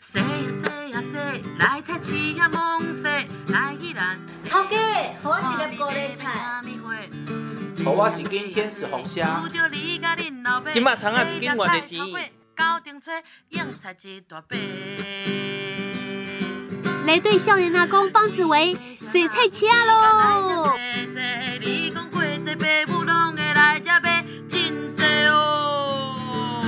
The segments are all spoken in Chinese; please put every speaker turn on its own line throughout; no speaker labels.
洗呀洗呀洗，来菜市呀摸洗，来去咱。
头家，给我
啊
一粒高丽菜。
给
给我一斤天使红虾
这摆葱仔一斤偌济钱
高顶菜，硬菜一大杯。
来对少年阿公方子维洗菜车啊喽！
你讲过这爸母拢会来这买真济哦。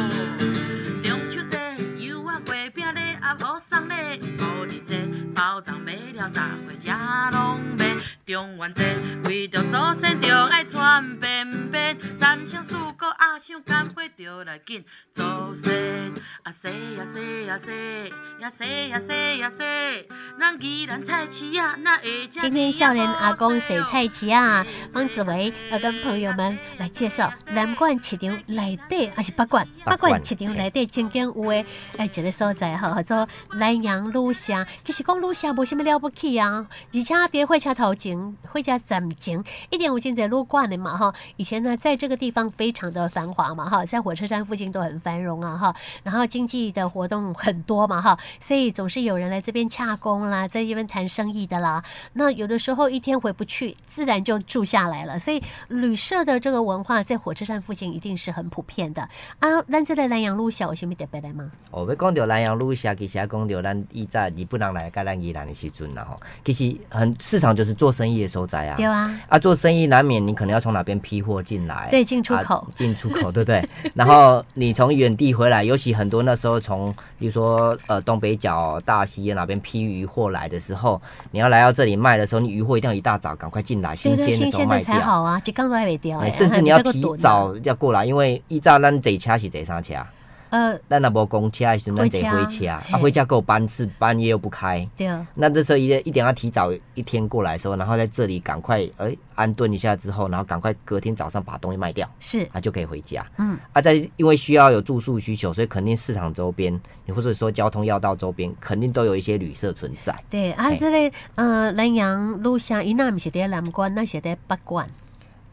中秋节油啊月饼咧啊无送咧，五二节包粽买了十岁才拢卖。中元节为着祖先着爱穿便便，三生四果啊想赶过着来紧祖先。啊洗啊洗啊洗，啊洗啊洗啊洗，咱宜兰菜市啊哪会这
今天少年阿公洗菜旗啊，方子维要跟朋友们来介绍南管市场内底，还啊是北管
北
北
管
管市场内底曾经有诶，诶一个所在吼，叫做南洋路城。其实讲路城无啥物了不起啊，而且伫火车头前、火车站前，一定有真侪路管的嘛吼。以前呢，在这个地方非常的繁华嘛哈，在火车站附近都很繁荣啊哈。然后经济的活动很多嘛哈，所以总是有人来这边洽工啦，在这边谈生意的啦。那有的时候一天回不去，自然就住下来了。所以旅社的这个文化在火车站附近一定是很普遍的啊。咱这个南洋路小有什么特别的吗？
哦，要讲到南洋路下，其实也讲到咱以早日本人来甲咱宜兰的时阵啦吼，其实很市场就是做生意的所在啊。
对啊，
啊，做生意难免你可能要从哪边批货进来，
对进出口
啊进、出口，对不 对？然后你从远地回来，尤其很多那时候从，比如说呃东北角、大溪啊那边批渔货来的时候，你要来到这里卖的时候，你渔货一定要一大早赶快进来，
对
新
对，新
鲜的时候
鲜的
卖
才
掉。
好啊，一缸都还没掉
哎
哎，
甚至
还
你要
还没这
提
个短啊
早要过来，因为一早咱坐车是坐啥车？
呃，
咱若无公车的时阵，咱坐
火
火
车
车，啊，
嘿
火车够班次，半夜又不开。
对啊，
那这时候一定一定要提早一天过来的时候，然后在这里赶快哎、安顿一下之后，然后赶快隔天早上把东西卖掉，
是，
啊就可以回家。
嗯，
啊，在因为需要有住宿需求，所以肯定市场周边，你或者说交通要道周边，肯定都有一些旅社存在。
对啊，
嘿
这个呃南洋路上伊那毋是在南关，那是在北关，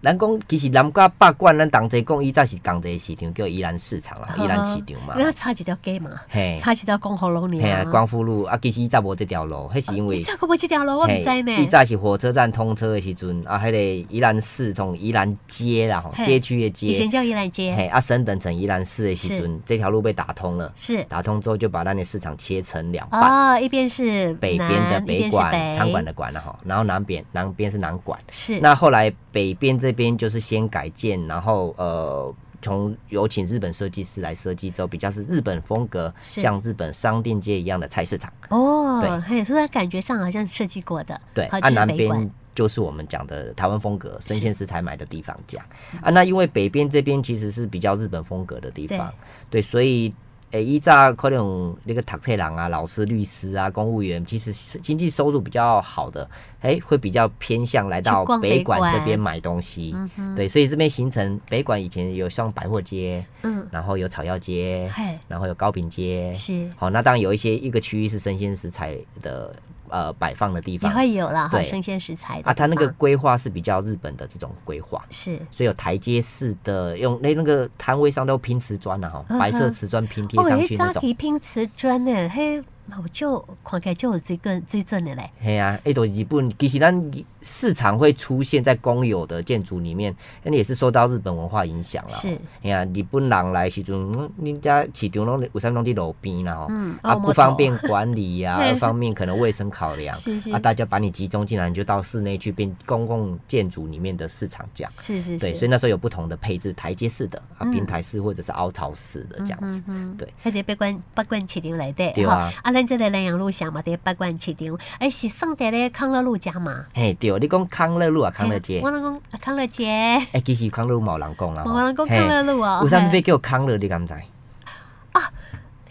咱讲其实南瓜八冠，咱同齐讲，以前是同齐市场叫宜兰市场啦，宜兰市场嘛
因。为啊差一条街嘛，
嘿，
差一条公河路
嘿
呢
啊，。光复路啊，其实以前无这条路，迄是因为
你。查过无这条路，我毋
嘿，
知呢。
伊早是火车站通车的时阵，啊，迄、个宜兰市从宜兰街啦，吼
嘿
街区的
以前
街，
叫宜兰街，
嘿，啊，升等成宜兰市的时阵，这条路被打通了。
是
打通之后，就把咱的市场切成两半，
哦，一边是
北边的
南一
北
边是
馆
北
场馆的馆了哈，然后南边南边是南馆。
是
那后来北边这边就是先改建，然后呃。从有请日本设计师来设计之后，比较是日本风格，
是
像日本商店街一样的菜市场。
哦
对，
嘿，所以它感觉上好像设计过的，
对，
好
啊，
就是
南
北馆
边就是我们讲的台湾风格，生
是
鲜食材买的地方讲啊。那因为北边这边其实是比较日本风格的地方，对，所以诶，依照可能那个塔册郎啊、老师、律师啊、公务员，其实是经济收入比较好的，诶，会比较偏向来到
去逛北
北馆这
馆
边买东西。
嗯哼，
对，所以这边形成北馆以前有像百货街，
嗯，
然后有草药街，
嘿，
然后有糕饼街，
是
好，那当然有一些一个区域是生鲜食材的呃摆放的地
也
方，
会有啦，哈，
对
生鲜食材的
啊，它那个
地方
规划是比较日本的这种规划，
是
所以有台阶式的，用那那个摊位上都拼瓷砖了哈，
嗯哼
白色瓷砖拼贴
哦，
上
迄
去那
早
种。
期拼瓷砖呢，嘿，我就看起来就有最准最准的嘞，
嘿啊，哎，都日本其实咱市场会出现在公有的建筑里面，那也是受到日本文化影响啦。
是，
哎呀、日本人来的时阵，嗯恁家市场拢有啥拢伫路边啦吼，
嗯
啊
哦
不
摸
方
头
便管理 呀、
嘿
二方面可能卫生考量，
是是
啊大家把你集中进来，你就到室内去变公共建筑里面的市场讲。
是是
对，
是，
所以那时候有不同的配置，台阶式的啊
嗯，
平台式或者是凹槽式的这样子。
嗯
对，
迄个八冠八冠市场内底，
对啊
哈啊，咱这个南洋路上嘛，伫八冠市场，哎，是送伫咧康乐路家嘛，
嘿，对，哦你讲康乐路啊，康乐街
嘿我，拢讲啊康乐街。
哎，其实康乐路冇人讲啊，
我人讲康乐路
嘿
哦，
有啥物
嘿
被叫康乐，你敢知？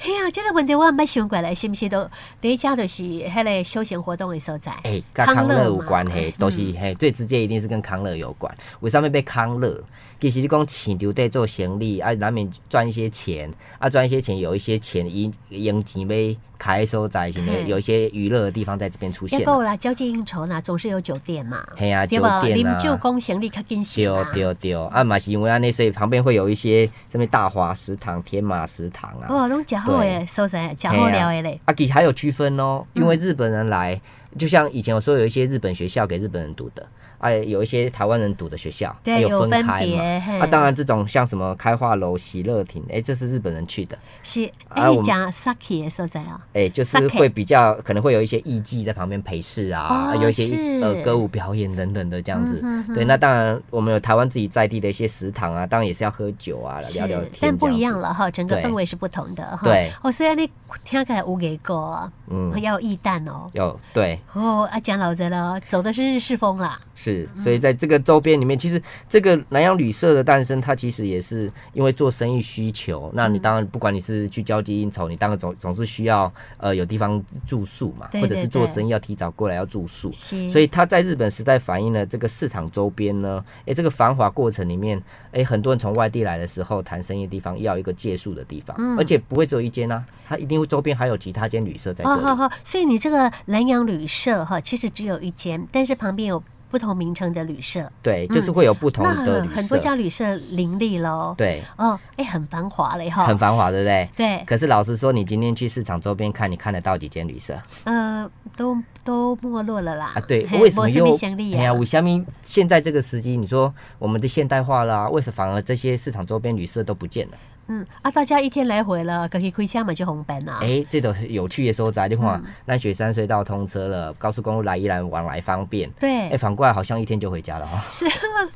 嘿啊，这个问题我毋捌想过来，是毋是都第一家就是迄个休闲活动的所在？
哎，跟
康乐
康乐有
嘛嗯
关系，都是嘿，最直接一定是跟康乐有关。为啥物被康乐？其实你讲市场在做生意，啊，难免赚一些钱，啊，赚一些钱，有一些钱因用钱要开收在型的，
嘿
有一些娱乐的地方在这边出
也
现啊。
够啦，交际应酬啦，总是有酒店嘛，
嘿啊，
对
酒
吧？
店啊
啉，酒讲行李较紧
对
些嘛，
对对，啊嘛是因为安尼，所以旁边会有一些什么大华食堂、天马食堂啊。
哇，哦拢食好诶，
对
所在食好料诶嘞，
啊，其实还有区分哦，因为
嗯
日本人来，就像以前我说有一些日本学校给日本人读的，啊，有一些台湾人读的学校，
对
还
有
分
分
开
别
嘛。
嘿
啊，当然这种像什么开化楼、喜乐亭，哎、这是日本人去的，
是
啊
哎，
我
你
们
食 sake 诶所在啊，
哎、就是会比较可能会有一些艺伎在旁边陪侍啊，
哦
有一些
是
呃歌舞表演等等的这样子。
嗯哼哼
对，那当然我们有台湾自己在地的一些食堂啊，当然也是要喝酒啊，聊聊
是
天，
但不
这
一样
子。
了哈，整个
对
氛围是不同的哈。
对
哦，虽然你听起来有给过，
嗯，
要有意蛋哦。
有对。
哦，啊，讲老贼了，走的是日式风啦。
是，所以在这个周边里面，其实这个南洋旅社的诞生，它其实也是因为做生意需求。那
嗯
你当然，不管你是去交际应酬，你当然总总是需要呃有地方住宿嘛，
对
或者
对
是做
对
生意要提早过来要住宿。
是，
所以它在日本时代反映了这个市场周边呢，诶，这个繁华过程里面，诶，很多人从外地来的时候谈生意的地方要有一个借宿的地方，
嗯
而且不会只有一间啊，它一定会周边还有其他间旅社在这
哦，
里。
好好，所以你这个南洋旅社哈，其实只有一间，但是旁边有不同名称的旅社，
对，就是会有不同
嗯那
的
很
旅
很
社
多，家旅社林立喽。，
对，
哦，哎，很繁华嘞哈。
很。繁华，对不对？
对，
可是老实说，你今天去市场周边看，你看得到几间旅社
呃，都都没落了啦。
啊？对，
嘿
为什么
没
又
物生意
哎呀，
啊？
五虾米现在这个时机，你说我们的现代化啦，为什么反而这些市场周边旅社都不见了？
嗯，啊，大家一天来回了，可以开车嘛就红班啊啦。
哎、这种有趣的所在，
嗯
你看，那雪山隧道通车了，高速公路来依然往来方便。哎、
对，
反过来好像一天就回家了哦哈、
是，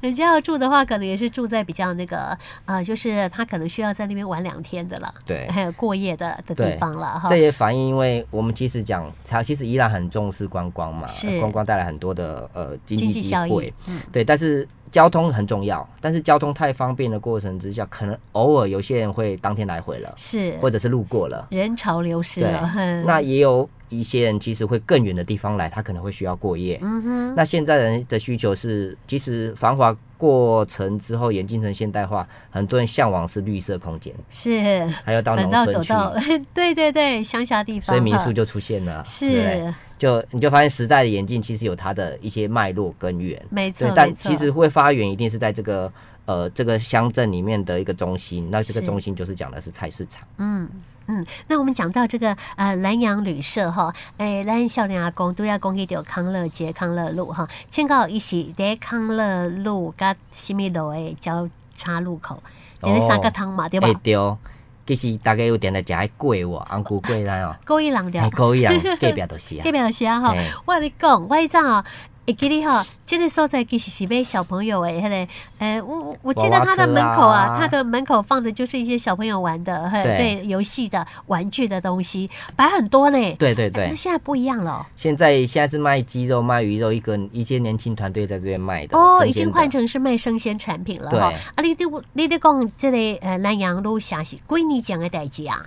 人家要住的话，可能也是住在比较那个呃，就是他可能需要在那边玩两天的了，
对，
还有过夜的的地
对
方了哈
这。也反映，因为我们其实讲，它其实依然很重视观光嘛
是，
观光带来很多的呃经
经
济
济
机
效益嗯
会，对。但是交通很重要，但是交通太方便的过程之下，可能偶尔有些人会当天来回了，
是，啊
或者是路过了，
人潮流失
对
了。哼。
那也有一些人其实会更远的地方来，他可能会需要过夜。
嗯哼，
那现在人的需求是，其实繁华过程之后，演进成现代化，很多人向往是绿色空间，
是
还要到
反
农
倒
村
走
去，
到 对对对乡下地方
所
哈，
以民 宿就出现了，对不对
是
就你就发现时代的演进其实有它的一些脉络根源，
没错
对，，
没
但
错
其实会发源一定是在这个呃这个乡镇里面的一个中心，那这个
是
中心就是讲的是菜市场，
嗯。嗯，那我们讲到这个呃南洋旅社哈，哎诶，咱少年阿公都要讲迄条康乐街、康乐路哈，请告伊是伫康乐路甲什么路诶交叉路口，伫咧三角汤嘛，对吧
哎？对哦，其实大概有点来食迄粿哦，红菇粿啦哦，
故意人对
哎，，可以啊，隔壁都是啊
隔，壁就是啊吼
嘿，
我跟你讲，我迄阵哦，会记得吼，这个所在其实是买小朋友诶，迄个，诶，我我我记得他的门口
娃
啊，
娃车啊
他的门口放的就是一些小朋友玩的，嘿
对
对，游戏的玩具的东西，摆很多呢。
对对
哎那
对，
现在不一样了
现在现在是卖鸡肉、卖鱼肉，一个一些年轻团队在这边卖的，
哦，
生
已
鲜
经
的
换成是卖生鲜产品了
对
哈。啊，你你你你讲这个呃南洋路城是几年前的代志啊？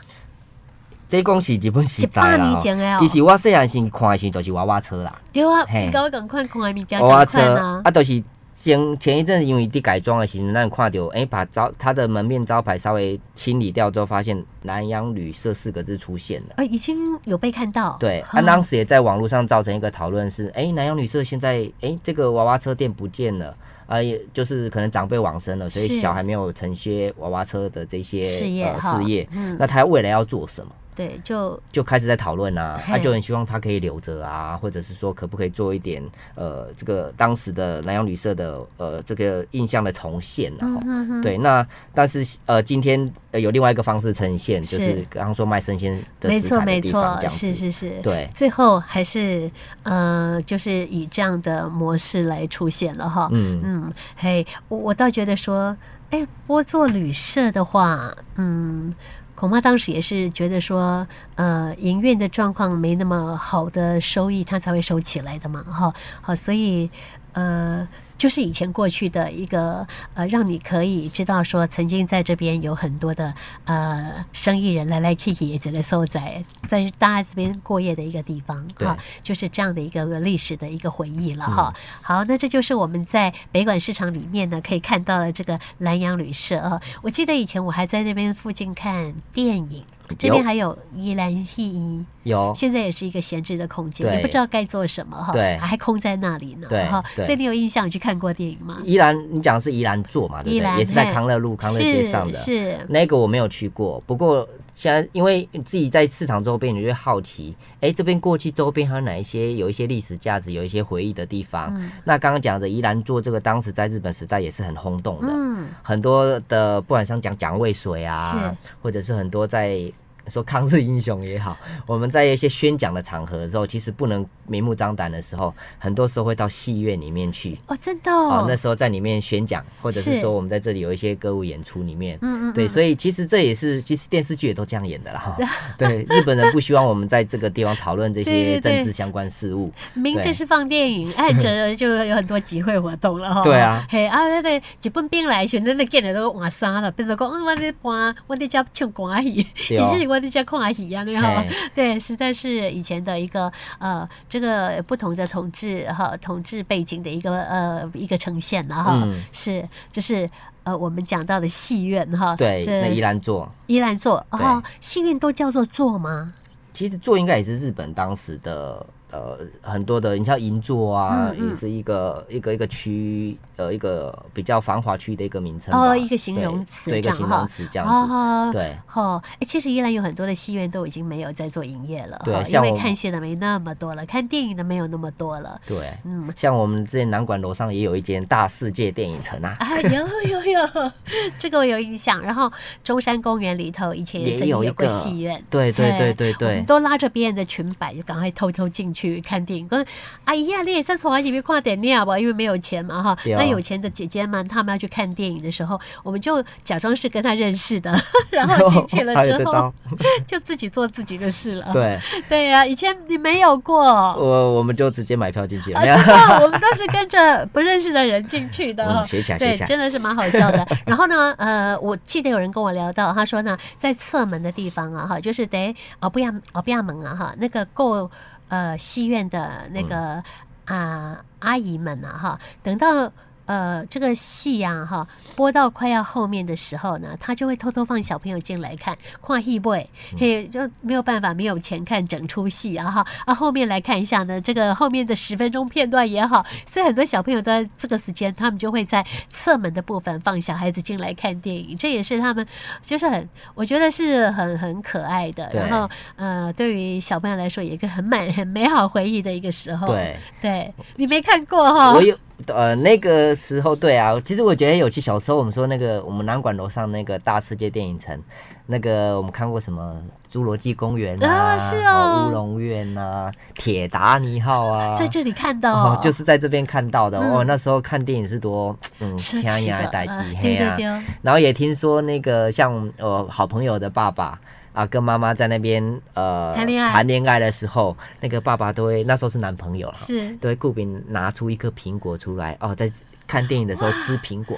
这讲是日本时代
一百
啦
年前的哦
哦，其实我细汉时看的时候就是娃娃车啦。
对啊，
嘿
你跟我赶快看的物件，
娃娃
赶
车
快啊！
啊，就是前前一阵子因为伫改装的时候，咱看到诶、把招它的门面招牌稍微清理掉之后，发现“南洋旅社”四个字出现了。
呃，已经有被看到。
对，
哈
啊，当时也在网络上造成一个讨论是，诶，南洋旅社现在诶这个娃娃车店不见了，啊，也就是可能长辈往生了，所
是
以小孩没有承接娃娃车的这些
事业
呃、
哈
事业，
嗯
那他未来要做什么？
对，就
就开始在讨论啊，
嘿
他就很希望他可以留着啊，或者是说可不可以做一点呃，这个当时的南洋旅社的呃这个印象的重现啊。
嗯
吼
哼哼
对，那但是呃，今天呃有另外一个方式呈现，
是
就是刚刚说卖生鲜的
没
食
错
材
没
的地方
错
这，样
是
子。
是是，
对
最后还是呃，就是以这样的模式来出现了哈。
嗯，
嗯，嘿，我我倒觉得说，哎，波做旅社的话，嗯。恐怕当时也是觉得说，呃，营运的状况没那么好的收益，它才会收起来的嘛，哈、好，所以呃，就是以前过去的一个呃，让你可以知道说，曾经在这边有很多的呃生意人来来去去也只能受在在大家这边过夜的一个地方
对
哈，就是这样的一个历史的一个回忆了哈。好，那这就是我们在北馆市场里面呢可以哦看到的这个南洋旅社啊。我记得以前我还在那边附近看电影，这边还有宜兰戏院，
有
现在也是一个闲置的空间，
对
也不知道该做什么哈，
对
还空在那里呢
对
哈。
对
所以你有印象你去看过电影吗？
宜兰，你讲的是宜兰做嘛，对
宜
不
兰
对？也是在
嘿
康乐路、康乐街上的。
是是
那个我没有去过，不过现在因为自己在市场周边，你就会好奇，哎，这边过去周边还有哪一些有一些历史价值、有一些回忆的地方？那刚刚讲的宜兰做这个，当时在日本时代也是很轰动的，
嗯
很多的不管像讲蒋渭水啊，或者是很多在。说抗日英雄也好， 我们在一些宣讲的场合的时候，其实不能明目张胆的时候，很多时候会到戏院里面去，
哦，真的
哦，
哦
那，时候在里面宣讲，或者
是
是说我们在这里有一些歌舞演出里面，
嗯嗯
对，
嗯
所以其实这也是，其实电视剧也都这样演的啦。 哈对，日本人不希望我们在这个地方讨论这
对对
些
对
政治相关事务，
明着
对
是放电影，暗 着就有很多集会活动了哈。
对啊
嘿啊，那个日本兵来时，咱就见着都换衫了，变做讲，嗯，我在搬，我在家唱歌戏，以
对哦
前我在家看戏啊，那哈
嘿。
对，实在是以前的一个呃，这个不同的统治哈，统治背景的一个呃一个呈现了哈。
嗯
是，就是呃，我们讲到的戏院哈。
对，
这
那依然做。
依然做
对
哦，戏院都叫做做吗？
其实做应该也是日本当时的呃很多的，你像银座啊，
嗯嗯
也是一个一个一个区呃一个比较繁华区的一个名称吧
哦，一个形
对
容词
对一
这
个
样
形
哈
容词这样子，
哦，
对。
哦，哎，其实依然有很多的戏院都已经没有在做营业了，
对
哈因
像
为
我们
看戏的没那么多了，看电影的没有那么多了，
对，
嗯，
像我们之前南馆楼上也有一间大世界电影城 啊，
啊，有有有， 这个我有印象。然后中山公园里头以前
也
曾经
有一
过
个
戏院，
对对
嘿
对对对
我们都拉着别人的裙摆，就赶快偷偷进去看电影。跟阿姨啊，你也上从来前面跨点尿吧，因为没有钱嘛哈。
对啊
那有钱的姐姐们，她们要去看电影的时候，我们就假装是跟她认识 的，然后啊进去了
还
之
有这
后哦
招，
就自己做自己的事了。
对，
对呀、以前你没有过。
我我们就直接买票进去了，
啊，
没有
真的，我们都是跟着不认识的人进去的哦，
嗯学起来
对，
学起来
真的是蛮好笑的。然后呢，呃，我记得有人跟我聊到，他说呢，在侧门的地方啊，哈，就是得哦不要哦不要门啊，哈，那个够呃戏院的那个啊、阿姨们啊，哈，等到。呃，这个戏呀、啊，哈，播到快要后面的时候呢，他就会偷偷放小朋友进来看，看戏 boy，嘿，
嗯
就没有办法，没有钱看整出戏啊哈。啊，后面来看一下呢，这个后面的十分钟片段也好，所以很多小朋友在这个时间，他们就会在侧门的部分放小孩子进来看电影，这也是他们就是很，我觉得是很很可爱的。
对
然后呃，对于小朋友来说，也一个很满很美好回忆的哦一个时候。，
对，
对你没看过哈、
我有呃那个时候对啊，其实我觉得有趣。小时候我们说那个我们南馆楼上那个大世界电影城，那个我们看过什么《侏罗纪公园》
啊
啊，
是哦
哦乌龙院啊，《铁达尼号》啊，
在这里看到、
哦，就是在这边看到的、
嗯
哦。那时候看电影是多嗯，
奢侈的，
代替
呃
嘿
对
啊
对对哦，
然后也听说那个像呃好朋友的爸爸啊，跟妈妈在那边呃
谈恋爱
爱的时候，那个爸爸都会那时候是男朋友了，
是
都会顾饼拿出一颗苹果出来哦，在看电影的时候吃苹果，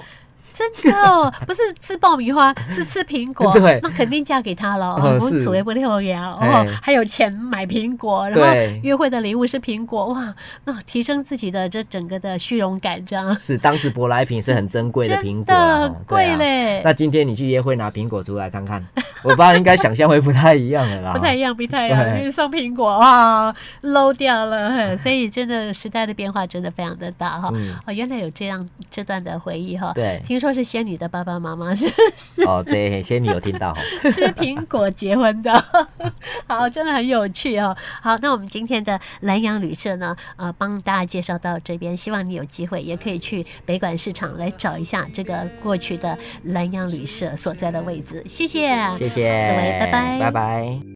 真的哦， 不是吃爆米 花，是吃苹果。
对
那肯定嫁给他了。
嗯
我
是
祖也不六呀，哦
哎，
还有钱买苹果，然后
对
约会的礼物是苹果，哇，那提升自己的这整个的虚荣感，这样
是当时舶来品是很珍 贵的苹
真
果啦，
的
哦对
贵
啊
嘞。
那今天你去约会拿苹果出来看看， 我爸应该想象会不太一样的啦。
不太一样，不太一样，
对哎
因为送苹果啊，low 掉了，嘿所以真的时代的变化真的非常的大哈。
嗯
哦，原来有这样这段的回忆哈。
对
听说是仙女的爸爸妈妈是是
哦，这仙女有听到哦，
吃苹果结婚的， 好，真的很有趣哦。好，那我们今天的南洋旅社呢，呃，帮大家介绍到这边，希望你有机会也可以去北馆市场来找一下这个过去的南洋旅社所在的位置。谢谢，
谢谢
紫薇，拜拜，
拜拜。